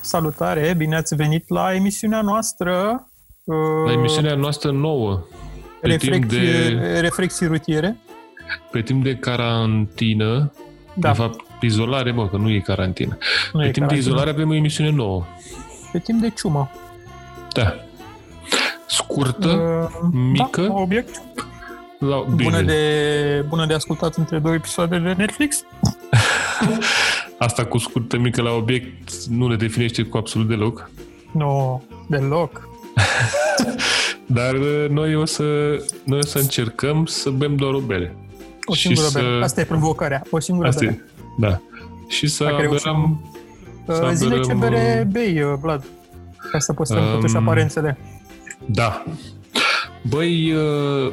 Salutare, bine ați venit la emisiunea noastră. uh, La emisiunea noastră nouă, pe timp reflecții, de- reflexii rutiere. pe timp de carantină, Da, de fapt izolare, mă, că nu e carantină. nu pe e carantină. timp de izolare avem o emisiune nouă. Pe timp de ciumă. Da. Scurtă, Uh, mică. Da, obiect. la Bună bine. de, bună de ascultat între două episoade de Netflix. Asta cu scurtă, mică la obiect nu ne definește cu absolut deloc. Nu, deloc. Dar uh, noi o să, noi o să încercăm să bem doar o bere. O Și singură să- bere. Asta e provocarea. O singură Asta bere. e. Da. Și să Dacă reușim. aberăm... să Uh, Zile ce aberăm, bere bei, uh, Vlad. Ca să păstrăm Um, totuși aparențele. Da. Băi, uh,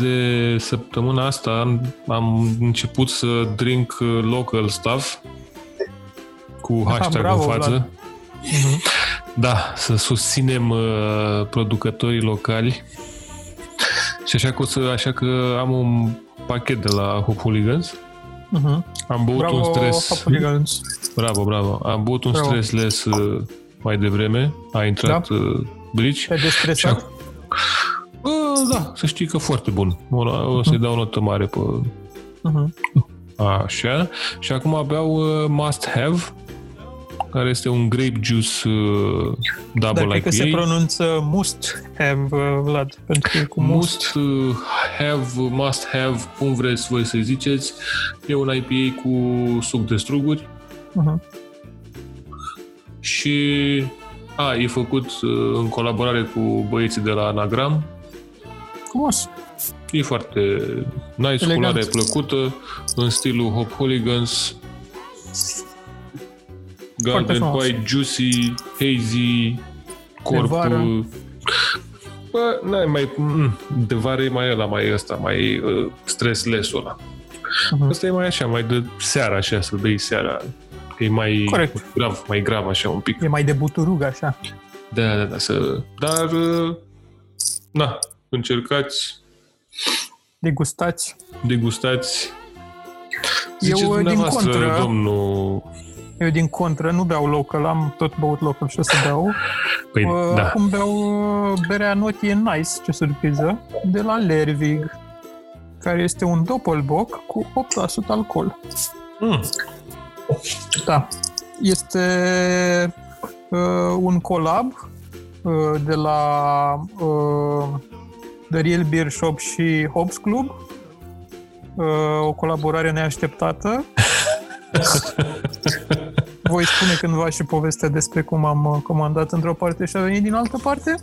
de săptămâna asta am- am început să drink uh, local stuff cu Aha, hashtag în Ah, bravo, față. Vlad. Mhm. Da, să susținem uh, producătorii locali. Și așa că, o să, așa că am un pachet de la Hop Hooligans. Mhm. Am băut Bravo, un stres. Faptul Legends. Bravo, bravo. Am băut un Bravo. stressless uh, mai devreme. A intrat da? brici. Te-ai destresat? Și Bă, da, să știi că foarte bun. O, o să-i dau o notă mare pe Mhm. așa. Și acum beau uh, Must Have, care este un grape juice uh, Dar double Da, cred că se IPA. pronunță must have, uh, Vlad, pentru că e cu must. must. Must uh, have, must have, cum vreți voi să ziceți, e un IPA cu suc de struguri Uh-huh. și a, e făcut uh, în colaborare cu băieții de la Anagram, Frumos. E foarte nice, Elegant. culoare plăcută, în stilul Hop Hooligans. Foarte Garden frumos. White, Juicy, Hazy, Corp... vară. Bă, n-ai mai... mm, De vară e mai ăla, mai ăsta, mai uh, stressless-ul ăla. Mhm. Asta e mai așa, mai de seara așa, să bei seara. Că e mai Corect. grav, mai grav așa un pic. E mai de buturug, așa. Da, da, da, să... Dar, uh, na, încercați Degustați. degustați. Eu, Ziceți din dumneavoastră, contră- domnul... Eu, din contră, nu beau local, am tot băut local și o să beau. Păi, Uh, da, Acum beau uh, berea notie nice, ce surpriză, de la Lervig, care este un doppelbock cu 8% alcool. mm, Da. Este uh, un colab uh, de la uh, The Real Beer Shop și Hobbs Club. Uh, o colaborare neașteptată. Voi spune cândva și povestea despre cum am uh, comandat într-o parte și a venit din altă parte,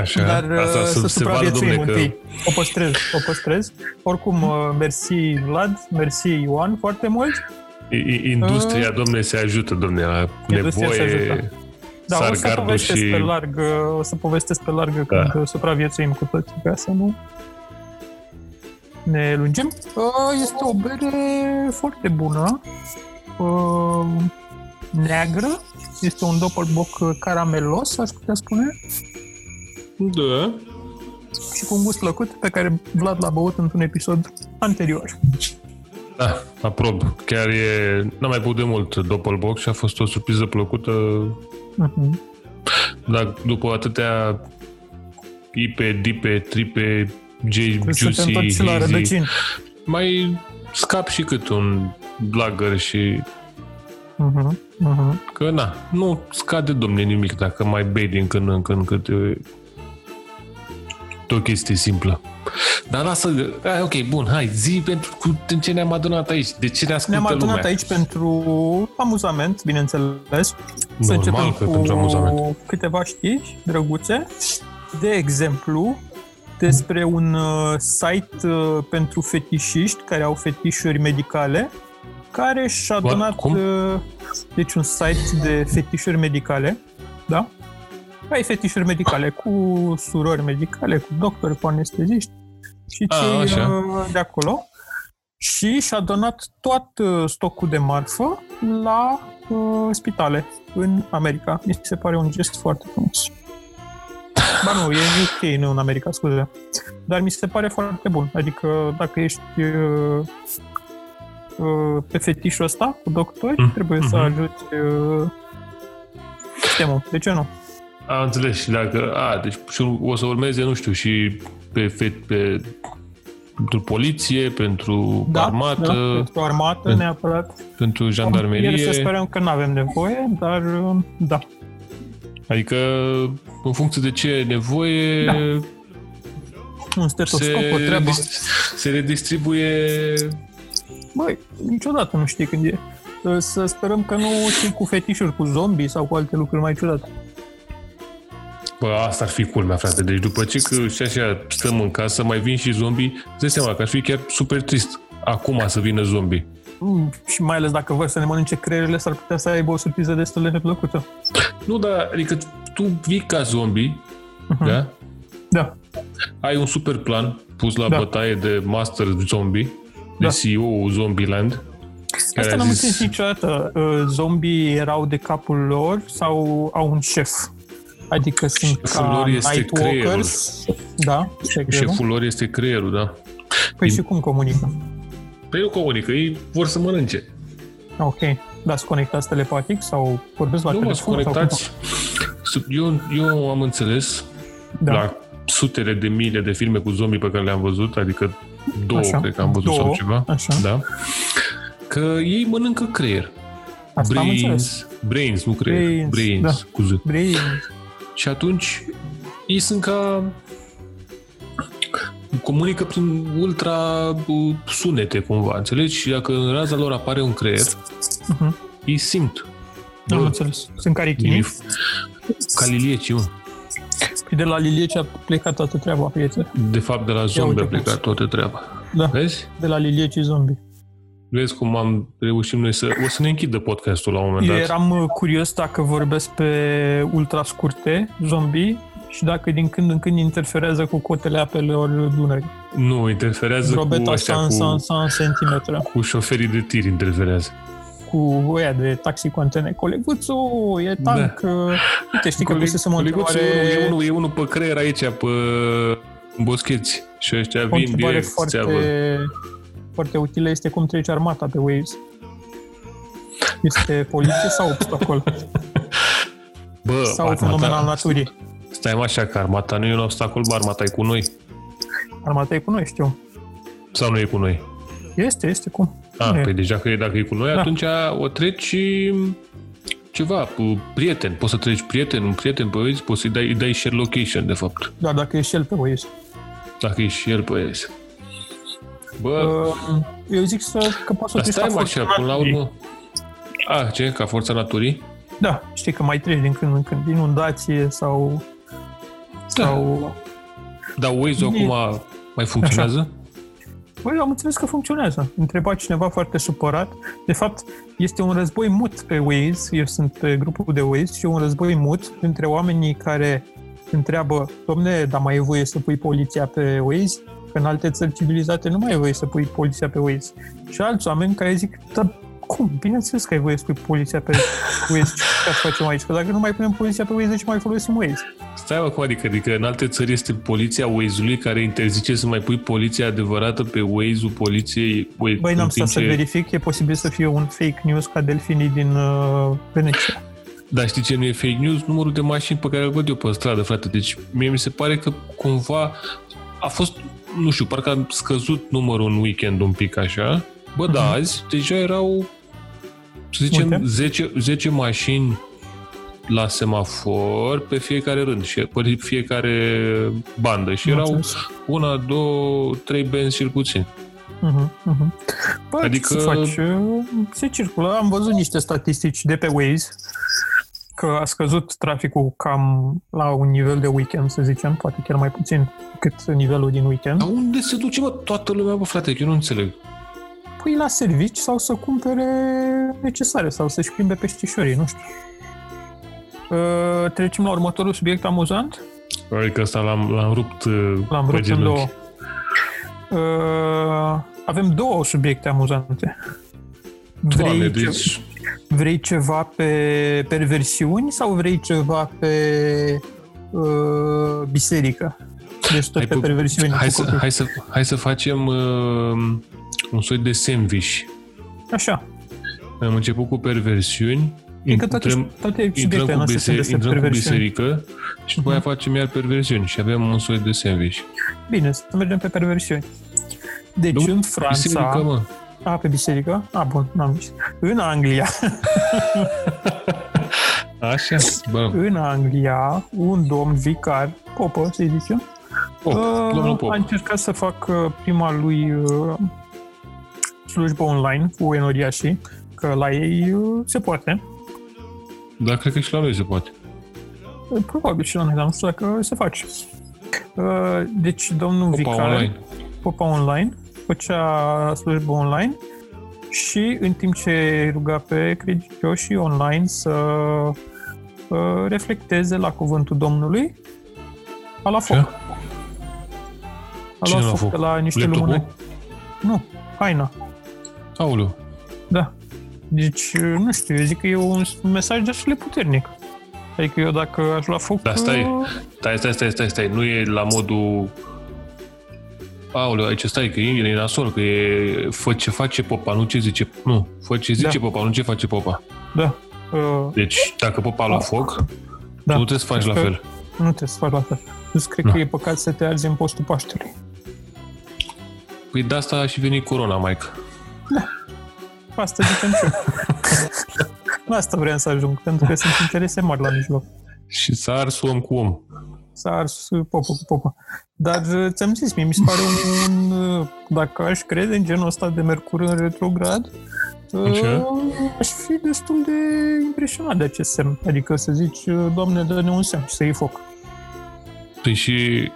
așa, dar uh, să asta să se vadă, supraviețuim domne, că... întâi. O păstrez, o păstrez. Oricum, uh, mersi Vlad, mersi Ioan foarte mult. i- i- Industria, Uh, domne, se ajută, domne, la Industria se nevoie. ajută. Da, o să Sargardu povestesc și- pe larg, uh, o să povestesc pe larg Da. când supraviețuim cu toții, ca să nu ne lungim. Uh, Este o bere foarte bună, uh, neagră, este un doppelbock caramelos, aș putea spune, Da, și cu un gust plăcut pe care Vlad l-a băut într-un episod anterior. da, aprob. Chiar e... N-am mai putut de mult Doppelbox și a fost o surpriză plăcută, Uh-huh. dar după atâtea ipe, dipe, tripe, J, Suntem tot Juicy, și la Hazy, rădăcini. mai scap și cât un lager și Uh-huh. Uh-huh. Că na, nu scade domne nimic dacă mai bei din când în când câte câte o chestie simplă. Dar lasă, a, ok, bun, hai, zi pentru cu, în ce ne-am adunat aici, de ce ne ascultă Ne-am adunat lumea. aici pentru amuzament, bineînțeles. Să Normal începem că cu pentru amuzament. câteva știri drăguțe. De exemplu, despre un uh, site uh, pentru fetișiști care au fetișuri medicale, care și-a What? adunat... Cum? uh, Deci un site de fetișuri medicale, da? Ai fetișuri medicale cu surori medicale, cu doctori, cu anesteziști și A, cei Ah, așa. uh, de acolo și și-a donat tot uh, stocul de marfă la uh, spitale în America. Mi se pare un gest foarte frumos. Ba nu, e în UK, nu în America, scuze. Dar mi se pare foarte bun. Adică dacă ești uh, uh, pe fetișul ăsta cu doctori, Mm, trebuie să mhm. ajuți uh, Sistemul. De ce nu? Am înțeles și dacă... A, deci și o să urmeze, nu știu, și pe, pe, pe pentru poliție, pentru Da, armată, da, pentru armată, În- neapărat. pentru Ieri să uh, jandarmerie. sperăm că nu avem nevoie, dar uh, da. Adică, în funcție de ce e nevoie, Da. da. Un se, stetoscop, o treabă. redist- se redistribuie... Băi, niciodată nu știi când e. Uh, Să sperăm că nu știi cu fetișuri, cu zombii sau cu alte lucruri mai ciudate. Bă, asta ar fi culmea, frate. Deci după ce că și așa stăm în casă, mai vin și zombii, îți dai seama că ar fi chiar super trist acum să vină zombii. Mm, și mai ales dacă vor să ne mănânce creierile, s-ar putea să aibă o surpriză destul de neplăcută. Nu, dar adică tu vii ca zombie, uh-huh. da? Da. Ai un super plan pus la Da. da. bătaie de Master Zombie, de Da. da. CEO Zombieland. care Asta a n-am zis- înțeles niciodată. Uh, Zombii erau de capul lor sau au un șef? Adică sunt Șeful ca lor este Nightwalkers. Da, ce greu. Șeful lor este creierul, da? Păi și cum comunică? Păi nu comunică, ei vor să mănânce. Ok. da, Dar sunt conectați telepatic sau vorbesc la Nu mă telefon? sau cum? conectați. Sub- Eu, eu am înțeles Da. da. la sutele de mii de filme cu zombii pe care le-am văzut, adică două, Așa. așa. cred că am văzut Două, sau ceva, așa. Da. că ei mănâncă creier. Asta am înțeles. brains, brains, nu creier, Brains, brains, brains da. da. cu Z. Brain. Și atunci ei sunt ca comunică prin ultra uh, sunete cumva, înțelegi? Și dacă în raza lor apare un creier, Mhm. ei simt. Nu am Bă, înțeles. Mm-hmm. Sunt e carichini. ca lilieci, mă. Păi de la Lilie ce a plecat toată treaba, prieteni. De fapt, de la zombie a uite cum plecat se- toată treaba. Da. Vezi? De la Lilie și zombie. Vezi cum am reușit noi să... O să ne închidă podcastul la un moment Eu dat. eram uh, curios dacă vorbesc pe ultra scurte, zombie, și dacă din când în când interferează cu cotele apelor Dunării. Nu, interferează cu Drobeta ăștia, san, san, cu, san, centimetre. cu șoferii de tir interferează. Cu oia de taxi cu antene. Coleguțu, e tank. Da. Uite, știi că Coleg- pusesem o coleguțul întrebare, E unul, e unul pe creier aici, pe în boscheți. Și ăștia o vin întrebare direct foarte, țeavă. foarte utilă. Este cum trece armata pe Waves? Este poliție sau obstacol? Bă, sau fenomen al armata, naturii? stai mă așa că armata nu e un obstacol, bă, armata e cu noi. Armata e cu noi, știu. Sau nu e cu noi? Este, este cum. A, Nu e. păi deci dacă e, dacă e cu noi, Da. da. atunci o treci și ceva, cu prieten. Poți să treci prieten, un prieten pe Waze, poți să-i dai, îi dai share location, de fapt. Doar Da, dacă e și el pe Waves. Dacă e și el pe Waze. Bă, Uh, Eu zic să, că poți să dar treci stai mă forța așa, până la naturii. urmă... A, ce? Ca forța naturii? Da, știi că mai treci din când în când, inundație sau... sau... Da, Dar Waze-ul E- acum mai funcționează? Băi, am înțeles că funcționează. Întreba cineva foarte supărat. De fapt, este un război mut pe Waze. Eu sunt pe grupul de Waze și e un război mut între oamenii care întreabă, domne, dar mai e voie să pui poliția pe Waze? Că în alte țări civilizate nu mai e voie să pui poliția pe Waze. Și alți oameni care zic, da, cum? Bineînțeles că ai voie să pui poliția pe Waze. Ce să facem aici? Că dacă nu mai punem poliția pe Waze, de ce mai folosim Waze? Stai mă, cum adică? Adică în alte țări este poliția Waze-ului care interzice să mai pui poliția adevărată pe Waze-ul poliției. Băi, Băi, n-am stat să verific, e posibil să fie un fake news ca delfinii din uh, Veneția. Dar știi ce nu e fake news? Numărul de mașini pe care îl văd eu pe stradă, frate. Deci mie mi se pare că cumva a fost, nu știu, parcă a scăzut numărul în weekend un pic așa. Bă, da, azi deja erau, să zicem, Mhm. Multe? 10, 10 mașini la semafor pe fiecare rând și pe fiecare bandă și erau Înțeles. una, două, trei benzi cel puțin. Mhm, mhm. Bă, adică... Adică- ce să faci? Se circulă. Am văzut niște statistici de pe Waze că a scăzut traficul cam la un nivel de weekend, să zicem, poate chiar mai puțin cât nivelul din weekend. Dar unde se duce, mă, toată lumea, bă, frate, că eu nu înțeleg. Pui Păi la servici sau să cumpere necesare sau să-și plimbe peștișorii, nu știu. Uh, trecem la următorul subiect amuzant. Adică asta l-am, l-am rupt uh, L-am pe rupt în genunchi. două. Uh, avem două subiecte amuzante. Vrei, Doamne, ce- deci... Vrei ceva pe perversiuni sau vrei ceva pe uh, biserică? Deci tot Hai pe pu- perversiuni. Hai cu să, copii. hai, să, hai să facem uh, un soi de sandwich. Așa. Am început cu perversiuni, Cred că toate, Intrăm- toate Intrăm subiectele cu, noastre sunt bise- despre intrăm cu perversiuni. biserică și după aia facem iar perversiuni și avem un soi de sandwich. Bine, să mergem pe perversiuni. Deci Nu, în Franța... Biserică, mă. A, pe biserică? A, bun, n-am zis. În Anglia, Așa? Bă, în Anglia, un domn vicar, popă, să zicem, pop, Uh, domnul A pop. încercat să facă prima lui uh, slujbă online cu enoriașii, că la ei uh, se poate. Dar cred că și la noi se poate. Uh, Probabil și la noi, dar nu știu dacă se face. Uh, Deci domnul Popa Vicar, online. popa online, făcea slujbă online și în timp ce ruga pe credincioșii online să uh, reflecteze la cuvântul Domnului, a la foc. Ce? A Cine luat l-a foc foc? de la niște lumânări. Laptopul? Nu, haina. Aoleu. Da. Deci, nu știu, eu zic că e un mesaj destul de puternic. Adică eu dacă aș lua foc... Da, stai. uh, Stai, stai, stai, stai, stai. Nu e la modul... Aoleu, aici stai, că e, e nasol, că e... Fă ce face popa, nu ce zice... Nu, fă ce zice popa, nu ce face popa. Da. Uh, Deci, dacă popa la foc, Da. tu nu trebuie să faci la Că- fel. nu trebuie să faci la fel. Deci cred Da. că e păcat să te arzi în postul Paștelui. Păi de asta a și venit corona, Mike. Asta zicem și eu. la asta vreau să ajung, pentru că sunt interese mari la mijloc. Și s-a ars om cu om. S-a ars uh, popă cu popă. Dar uh, ți-am zis, mie mi se pare un... uh, Dacă aș crede în genul ăsta de Mercur în retrograd, uh, Așa. aș fi destul de impresionat de acest semn. Adică să zici, uh, Doamne, dă-ne un semn și să iei foc. Păi și...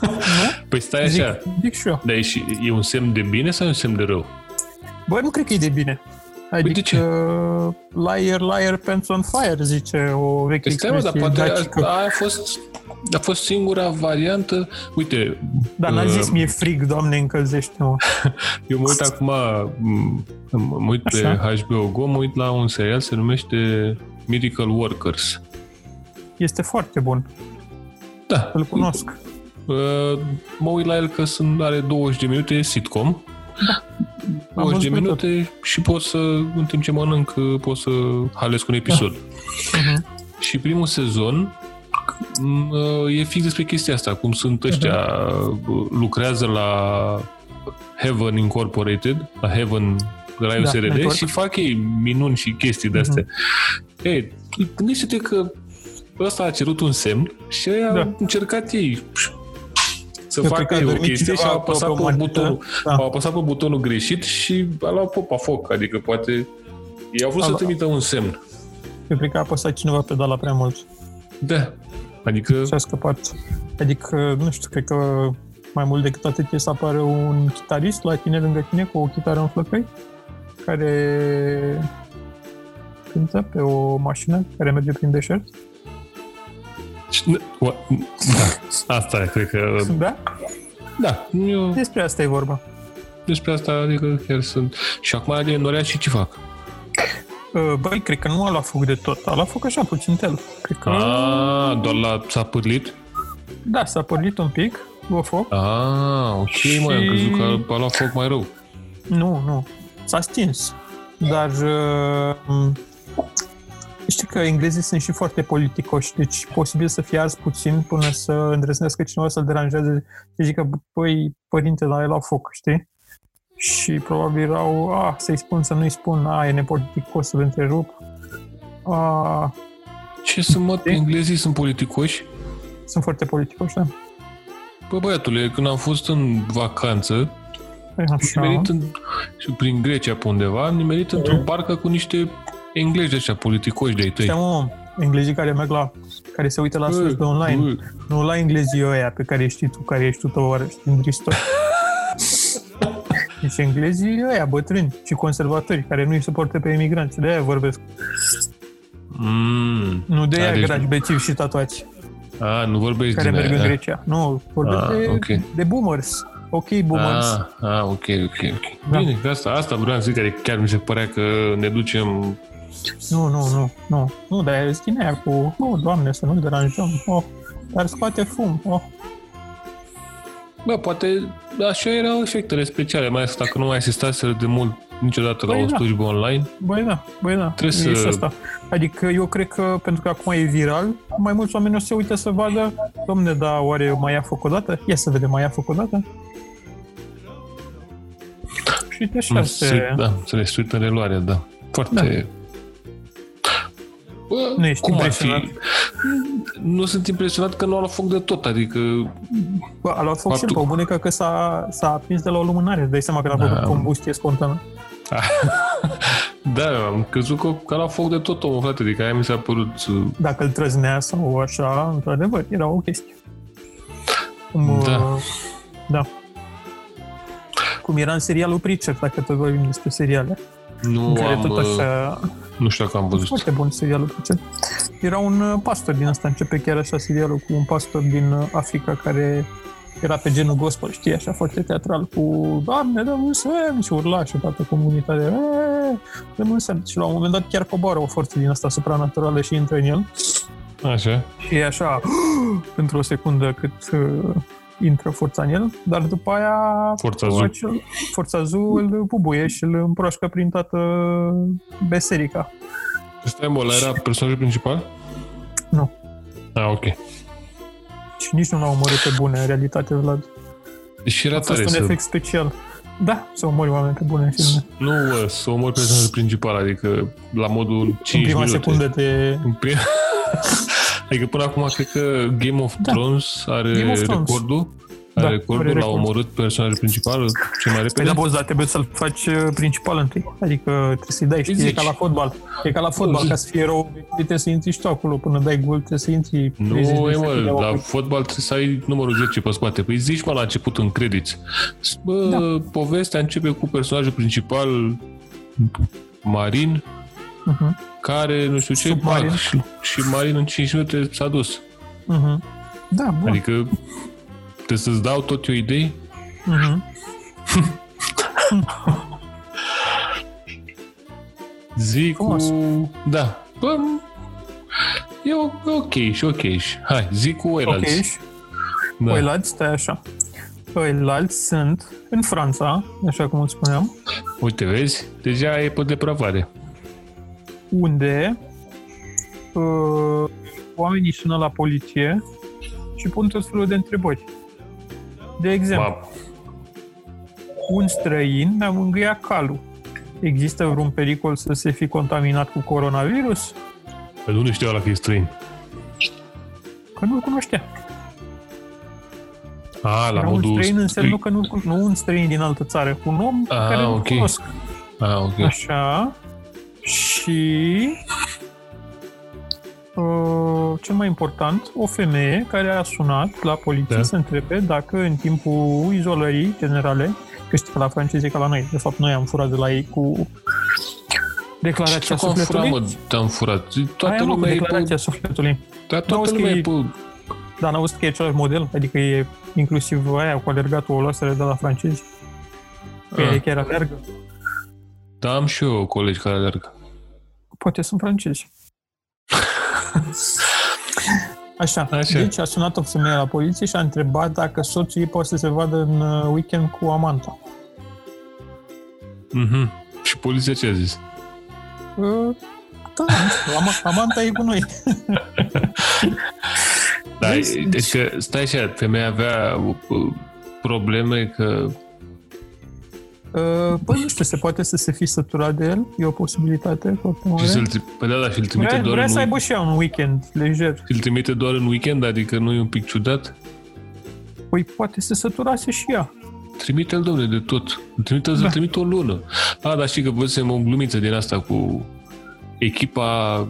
Nu? Păi stai Zic, așa. zic și eu. Dar e, și, e un semn de bine sau e un semn de Păi rău? Bă, nu cred că e de bine. Adică, Păi de ce? liar, liar, pants on fire, zice o veche Păi stai, mă, dar expresie poate dacică. a, aia a fost... A fost singura variantă. Uite, Dar n-a zis, uh, mi-e frig, doamne, încălzește-mă. Eu mă uit acum, m- mă uit pe Așa. HBO Go, mă uit la un serial, se numește Miracle Workers. Este foarte bun, Da, îl cunosc. Uh, Mă uit la el că sunt, are 20 de minute, e sitcom. Da. 20 de văzut minute și pot să, în timp ce mănânc, pot să halesc un episod. Mhm. Și primul sezon m, e fix despre chestia asta, cum Da. sunt ăștia, lucrează la Heaven Incorporated, la Heaven de la Da, USRD network. Mhm. și fac ei minuni și chestii de-astea. Ei, gândește-te că ăsta a cerut un semn și ei Da. au încercat ei să Eu facă cred că ei a o dormit chestie și cineva au apăsat pe o pe martită. butonul, Da. au apăsat pe butonul greșit și a luat popa foc, adică poate ei au vrut A să luat- trimită un semn. Eu cred că a apăsat cineva pedala prea mult Da. Adică și a scăpat. Adică, nu știu, cred că mai mult decât atât e să apară un chitarist la tine, lângă tine, cu o chitară în flăcăi, care cântă pe o mașină care merge prin deșert. Cine- o- Da, asta e, cred că... Da? Da, eu Despre asta e vorba. despre asta, adică chiar sunt... Și acum de Norea și ce fac? Uh, Băi, cred că nu a luat foc de tot. A luat foc așa, puțin el. Cred că... Ah, doar la s-a pârlit? Da, s-a pornit un pic, o foc. Ah, ok, și... mă, am Și- crezut că a luat foc mai rău. Nu, nu. S-a stins. Dar uh, m- știi că englezii sunt și foarte politicoși, deci posibil să fie ars puțin până să îndrăznească cineva să-l deranjeze și zică, păi, părinte, la el au foc, știi? Și probabil erau, a, să-i spun, să nu-i spun, a, e nepoliticos să-l întrerup. Ah, A, Ce sunt, mă, Ce? englezii sunt politicoși? sunt foarte politicoși, da? Bă, băiatule, când am fost în vacanță, Așa. am nimerit în, și prin Grecia pe undeva, am nimerit într-o barcă cu niște englezi de ăștia politicoși de-ai tăi. Știam, mă, englezii care merg la, care se uită la sus pe online. Bă, Nu la englezii ăia pe care știi tu, care ești tu tovarăș din Bristol. Deci englezii ăia bătrâni și conservatori care nu-i suportă pe emigranți. De aia vorbesc. Mm. Nu de Da, aia deci- grași, bețivi și tatuați A, nu vorbești care din merg aia, în da. Grecia. Nu, vorbesc Ah, de, ok. de boomers. Ok, boomers. Ah, ah, ok, ok, ok. Da. Bine, că asta, asta vreau să zic, care chiar mi se părea că ne ducem... Nu, nu, nu, nu. Nu, dar e din aia cu, oh, doamne, să nu deranjăm. Oh, dar scoate fum. Oh. Bă, poate așa erau efectele speciale, mai ales dacă nu mai asistaseră de mult niciodată la Păi o da. slujbă online. Băi da, băi da, Trebuie e să- și asta. Adică eu cred că, pentru că acum e viral, mai mulți oameni o să se uite să vadă, domne, da, oare eu mai a făcut odată? Ia să vedem, mai a făcut odată? Și uite așa Se, se... da, se le suită reluarea, da. Foarte... Da. Bă, Nu ești cum ar impresionat? fi? Nu sunt impresionat că nu au foc de tot, adică... Bă, a luat foc și Faptul- pe o bunica că s-a, s-a aprins de la o lumânare, îți dai seama că l-a făcut Da. combustie spontană. Da, am crezut că, că la foc de tot omul, frate, adică aia mi s-a părut... uh, Dacă îl trăznea sau așa, într-adevăr, era o chestie. Cum, Da. uh, da. Cum era în serialul Preacher, dacă tot vorbim despre seriale. Nu care am... tot uh, așa... Nu știu dacă am văzut. Foarte bun serialul Preacher. Era un uh, pastor din asta, începe chiar așa serialul cu un pastor din uh, Africa care era pe genul gospel, știi, așa foarte teatral, cu Doamne, dăm un semn! Și urla și toată comunitatea, "Eee, dăm un semn! Și la un moment dat chiar coboară o forță din asta supranaturală și intră în el. Așa. Și e așa, pentru o secundă cât uh, intră forța în el, dar după aia Forța Zul. acel- forța Zul îl bubuie și îl împroașcă prin toată uh, biserica. Stai, mă, ăla era personajul principal? Nu. Ah, ok. Și nici nu l-au omorât pe bune, în realitate, Vlad. Și A era fost tare un să... efect special. Da, să omori oameni pe bune în filme. Nu, mă, să omor personajul principal, adică la modul 5 În prima minute. secundă de... În prim- adică până acum cred că Game of Da. Thrones are Game of Thrones. recordul. Are Da, recordul, are l-a record. omorât personajul principal cel mai Păi repede. da, boss, dar trebuie să-l faci uh, principal întâi. Adică trebuie să-i dai, știi, e zici? ca la fotbal. E ca la fotbal, zici. ca să fie erou, trebuie să intri și tu acolo. Până dai gol, trebuie să intri 30 nu, de e secunde mă, la acolo. fotbal trebuie să ai numărul 10 pe spate. Păi zici mă la început în credit. Bă, Da. povestea începe cu personajul principal Marin, Mhm, care nu știu ce, Submarin. pac, și, și Marin în 5 minute s-a dus. mhm. Da, bun. Adică... Adică trebuie să-ți dau tot eu idei? Mhm. Zi cu... Frumos. Da. Bă, e o- e ok și ok și. Hai, zi cu Ok, oilalți. și Da. oilalți, stai așa. Oilalți sunt în Franța, așa cum îți spuneam. Uite, vezi? Deja e pe depravare. unde uh, oamenii sună la poliție și pun tot felul de întrebări. De exemplu, Ma, un străin mi-a mângâiat calul. Există vreun pericol să se fi contaminat cu coronavirus? pe nu știu ăla că e străin. Că nu-l cunoștea. A, la Era un modul... străin înseamnă că nu, nu un străin din altă țară, un om pe Ah, care nu-l ok. cunosc. A, ok. Așa. Și... Uh, cel mai important, o femeie care a sunat la poliție Da. da. să întrebe dacă în timpul izolării generale, că știi că la francezi e ca la noi, de fapt noi am furat de la ei cu declarația Am furat, sufletului. mă, am furat. Toată Aia, mă, cu lumea e pe... declarația sufletului. Da, toată N-auzi că lumea e e- pe... Dar n auzit că e același model, adică e inclusiv aia cu alergatul o luaseră de la francezi. Că Ah. e chiar alergă. Da, am și eu colegi care alergă. Poate sunt francezi. Așa. Așa. Așa. Deci a sunat o femeie la poliție și a întrebat dacă soțul ei poate să se vadă în uh, weekend cu amanta. Mhm. Și poliția ce a zis? Uh, Da, nu știu, ama- amanta e cu noi. Da, Vezi? e- deci că, stai așa, femeia avea uh, probleme că... Uh, Băi, nu știu, se poate să se fi săturat de el? E o posibilitate foarte Și mare. să-l, tri- păi da, da, și-l trimite Vrea, doar vrea în să aibă și ea un weekend lejer. Îl trimite doar în weekend, adică nu e un pic ciudat? Păi poate se săturase și ea. Trimite-l, domne, de tot. Îl Trimite-l, da. Da. trimite o lună. A, dar știi că văzusem o glumiță din asta cu echipa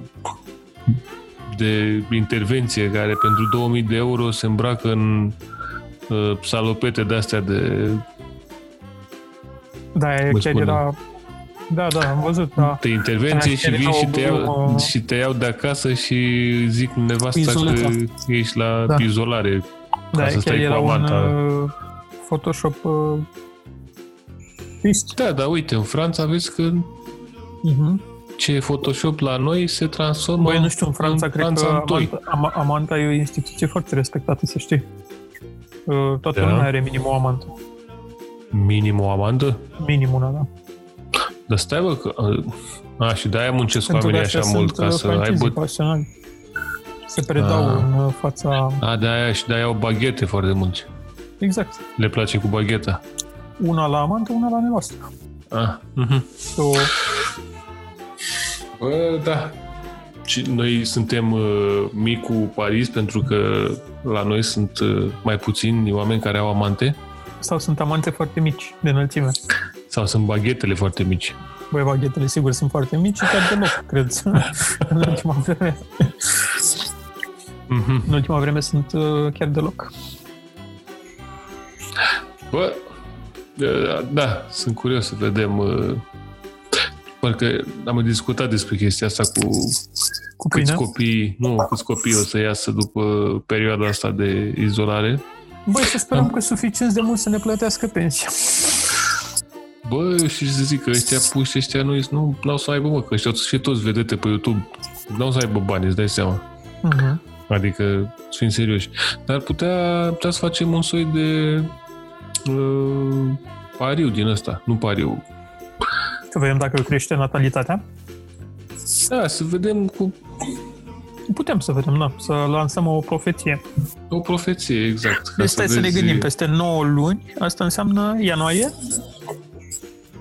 de intervenție care pentru 2000 de euro se îmbracă în uh, salopete de-astea de... Da, e Mă chiar spune. era... Da, da, am văzut, da. de intervenție Așa și era vin o și te, iau, glumă. și te iau de acasă și zic nevasta că Izolată. ești la Da. izolare. Da, ca să chiar stai cu era un amanta. uh, Photoshop uh, twist. Da, dar uite, în Franța vezi că Uh-huh. ce e Photoshop la noi se transformă Băi, nu știu, în Franța, Mhm. în cred Franța că în doi. Amanta, Am- Amanta e o instituție foarte respectată, să știi. Uh, Toată Da. lumea are minim o amantă. Minim o amandă? Minim una, da. Dar stai, bă, că... A, și de-aia muncesc Pentru că oamenii astea așa mult, sunt, ca uh, să francizii aibă... pasionali. Se predau Ah. în uh, fața... A, de-aia și de-aia au baghete foarte mulți. Exact. Le place cu bagheta. Una la amantă, una la nevastă. A, mhm. So, Bă, da. Și noi suntem uh, micul Paris pentru că la noi sunt uh, mai puțini oameni care au amante sau sunt amante foarte mici de înălțime. sau sunt baghetele foarte mici. Băi, baghetele sigur sunt foarte mici, chiar deloc, cred. în, ultima vreme, Mhm. în ultima vreme sunt uh, chiar deloc. Bă, uh, da, sunt curios să vedem. uh, Parcă am discutat despre chestia asta cu Cu câți pâine. copii, nu, câți copii o să iasă după perioada asta de izolare. Băi, să sperăm că suficient de mult să ne plătească pensia. Bă, și să zic că ăștia puși, ăștia nu, nu au să aibă, mă, că ăștia o să fie toți vedete pe YouTube. Nu au să aibă bani, îți dai seama. Mhm. Adică, să fim serioși. Dar putea, putea să facem un soi de uh, pariu din ăsta, nu pariu. Să vedem dacă crește natalitatea. Da, să vedem cu Putem să vedem, da, să lansăm o profeție. o profeție, exact. ca Deci stai să ne vezi- gândim, peste 9 luni, asta înseamnă ianuarie, Da.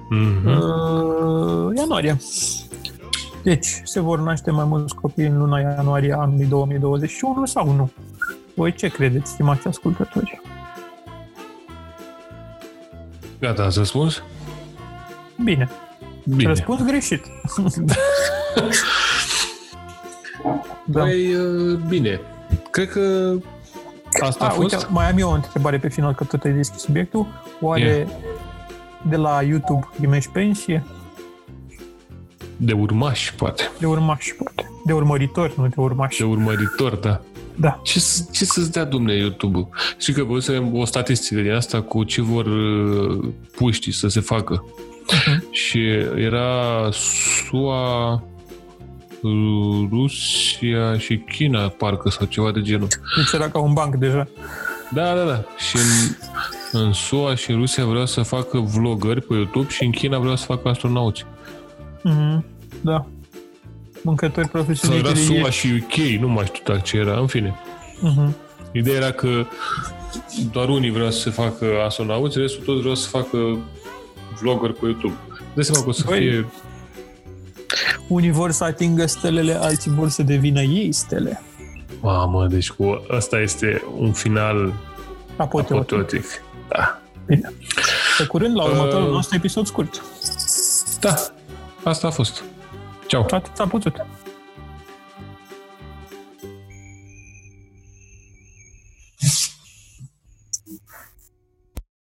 Mhm. uh, ianuarie. Deci, se vor naște mai mulți copii în luna ianuarie anului 2021 sau nu? Voi ce credeți, stimați ascultători? Gata, ați răspuns? Bine, Bine. răspuns greșit. da. Păi, uh, bine. Cred că asta a, A, fost. uite, mai am eu o întrebare pe final, că tot ai deschis subiectul. Oare Ia. de la YouTube primești pensie? De urmași, poate. De urmași, poate. De urmăritori, nu de urmași. De urmăritor, da. Da. Ce, să- ce să-ți dea, domne, YouTube-ul? Știi că văzusem o statistică din asta cu ce vor uh, puștii să se facă. Mhm. Și era SUA, Rusia și China, parcă, sau ceva de genul. Deci era ca un banc deja. Da, da, da. Și în, în SUA și în Rusia vreau să facă vlogări pe YouTube și în China vreau să facă astronauți. Mhm. Da. Mâncători Sau profesioniști era de SUA ei. și UK, nu mai știu dacă ce era, în fine. Mhm. Ideea era că doar unii vreau să se facă astronauți, restul toți vreau să facă vlogger pe YouTube. De seama că o să Băi. fie... Unii vor să atingă stelele, alții vor să devină ei stele. Mamă, deci cu ăsta este un final Apoteotic. apoteotic. Da. Pe curând, la următorul Uh. nostru episod scurt. da, asta a fost. Ceau! Atât s-a putut.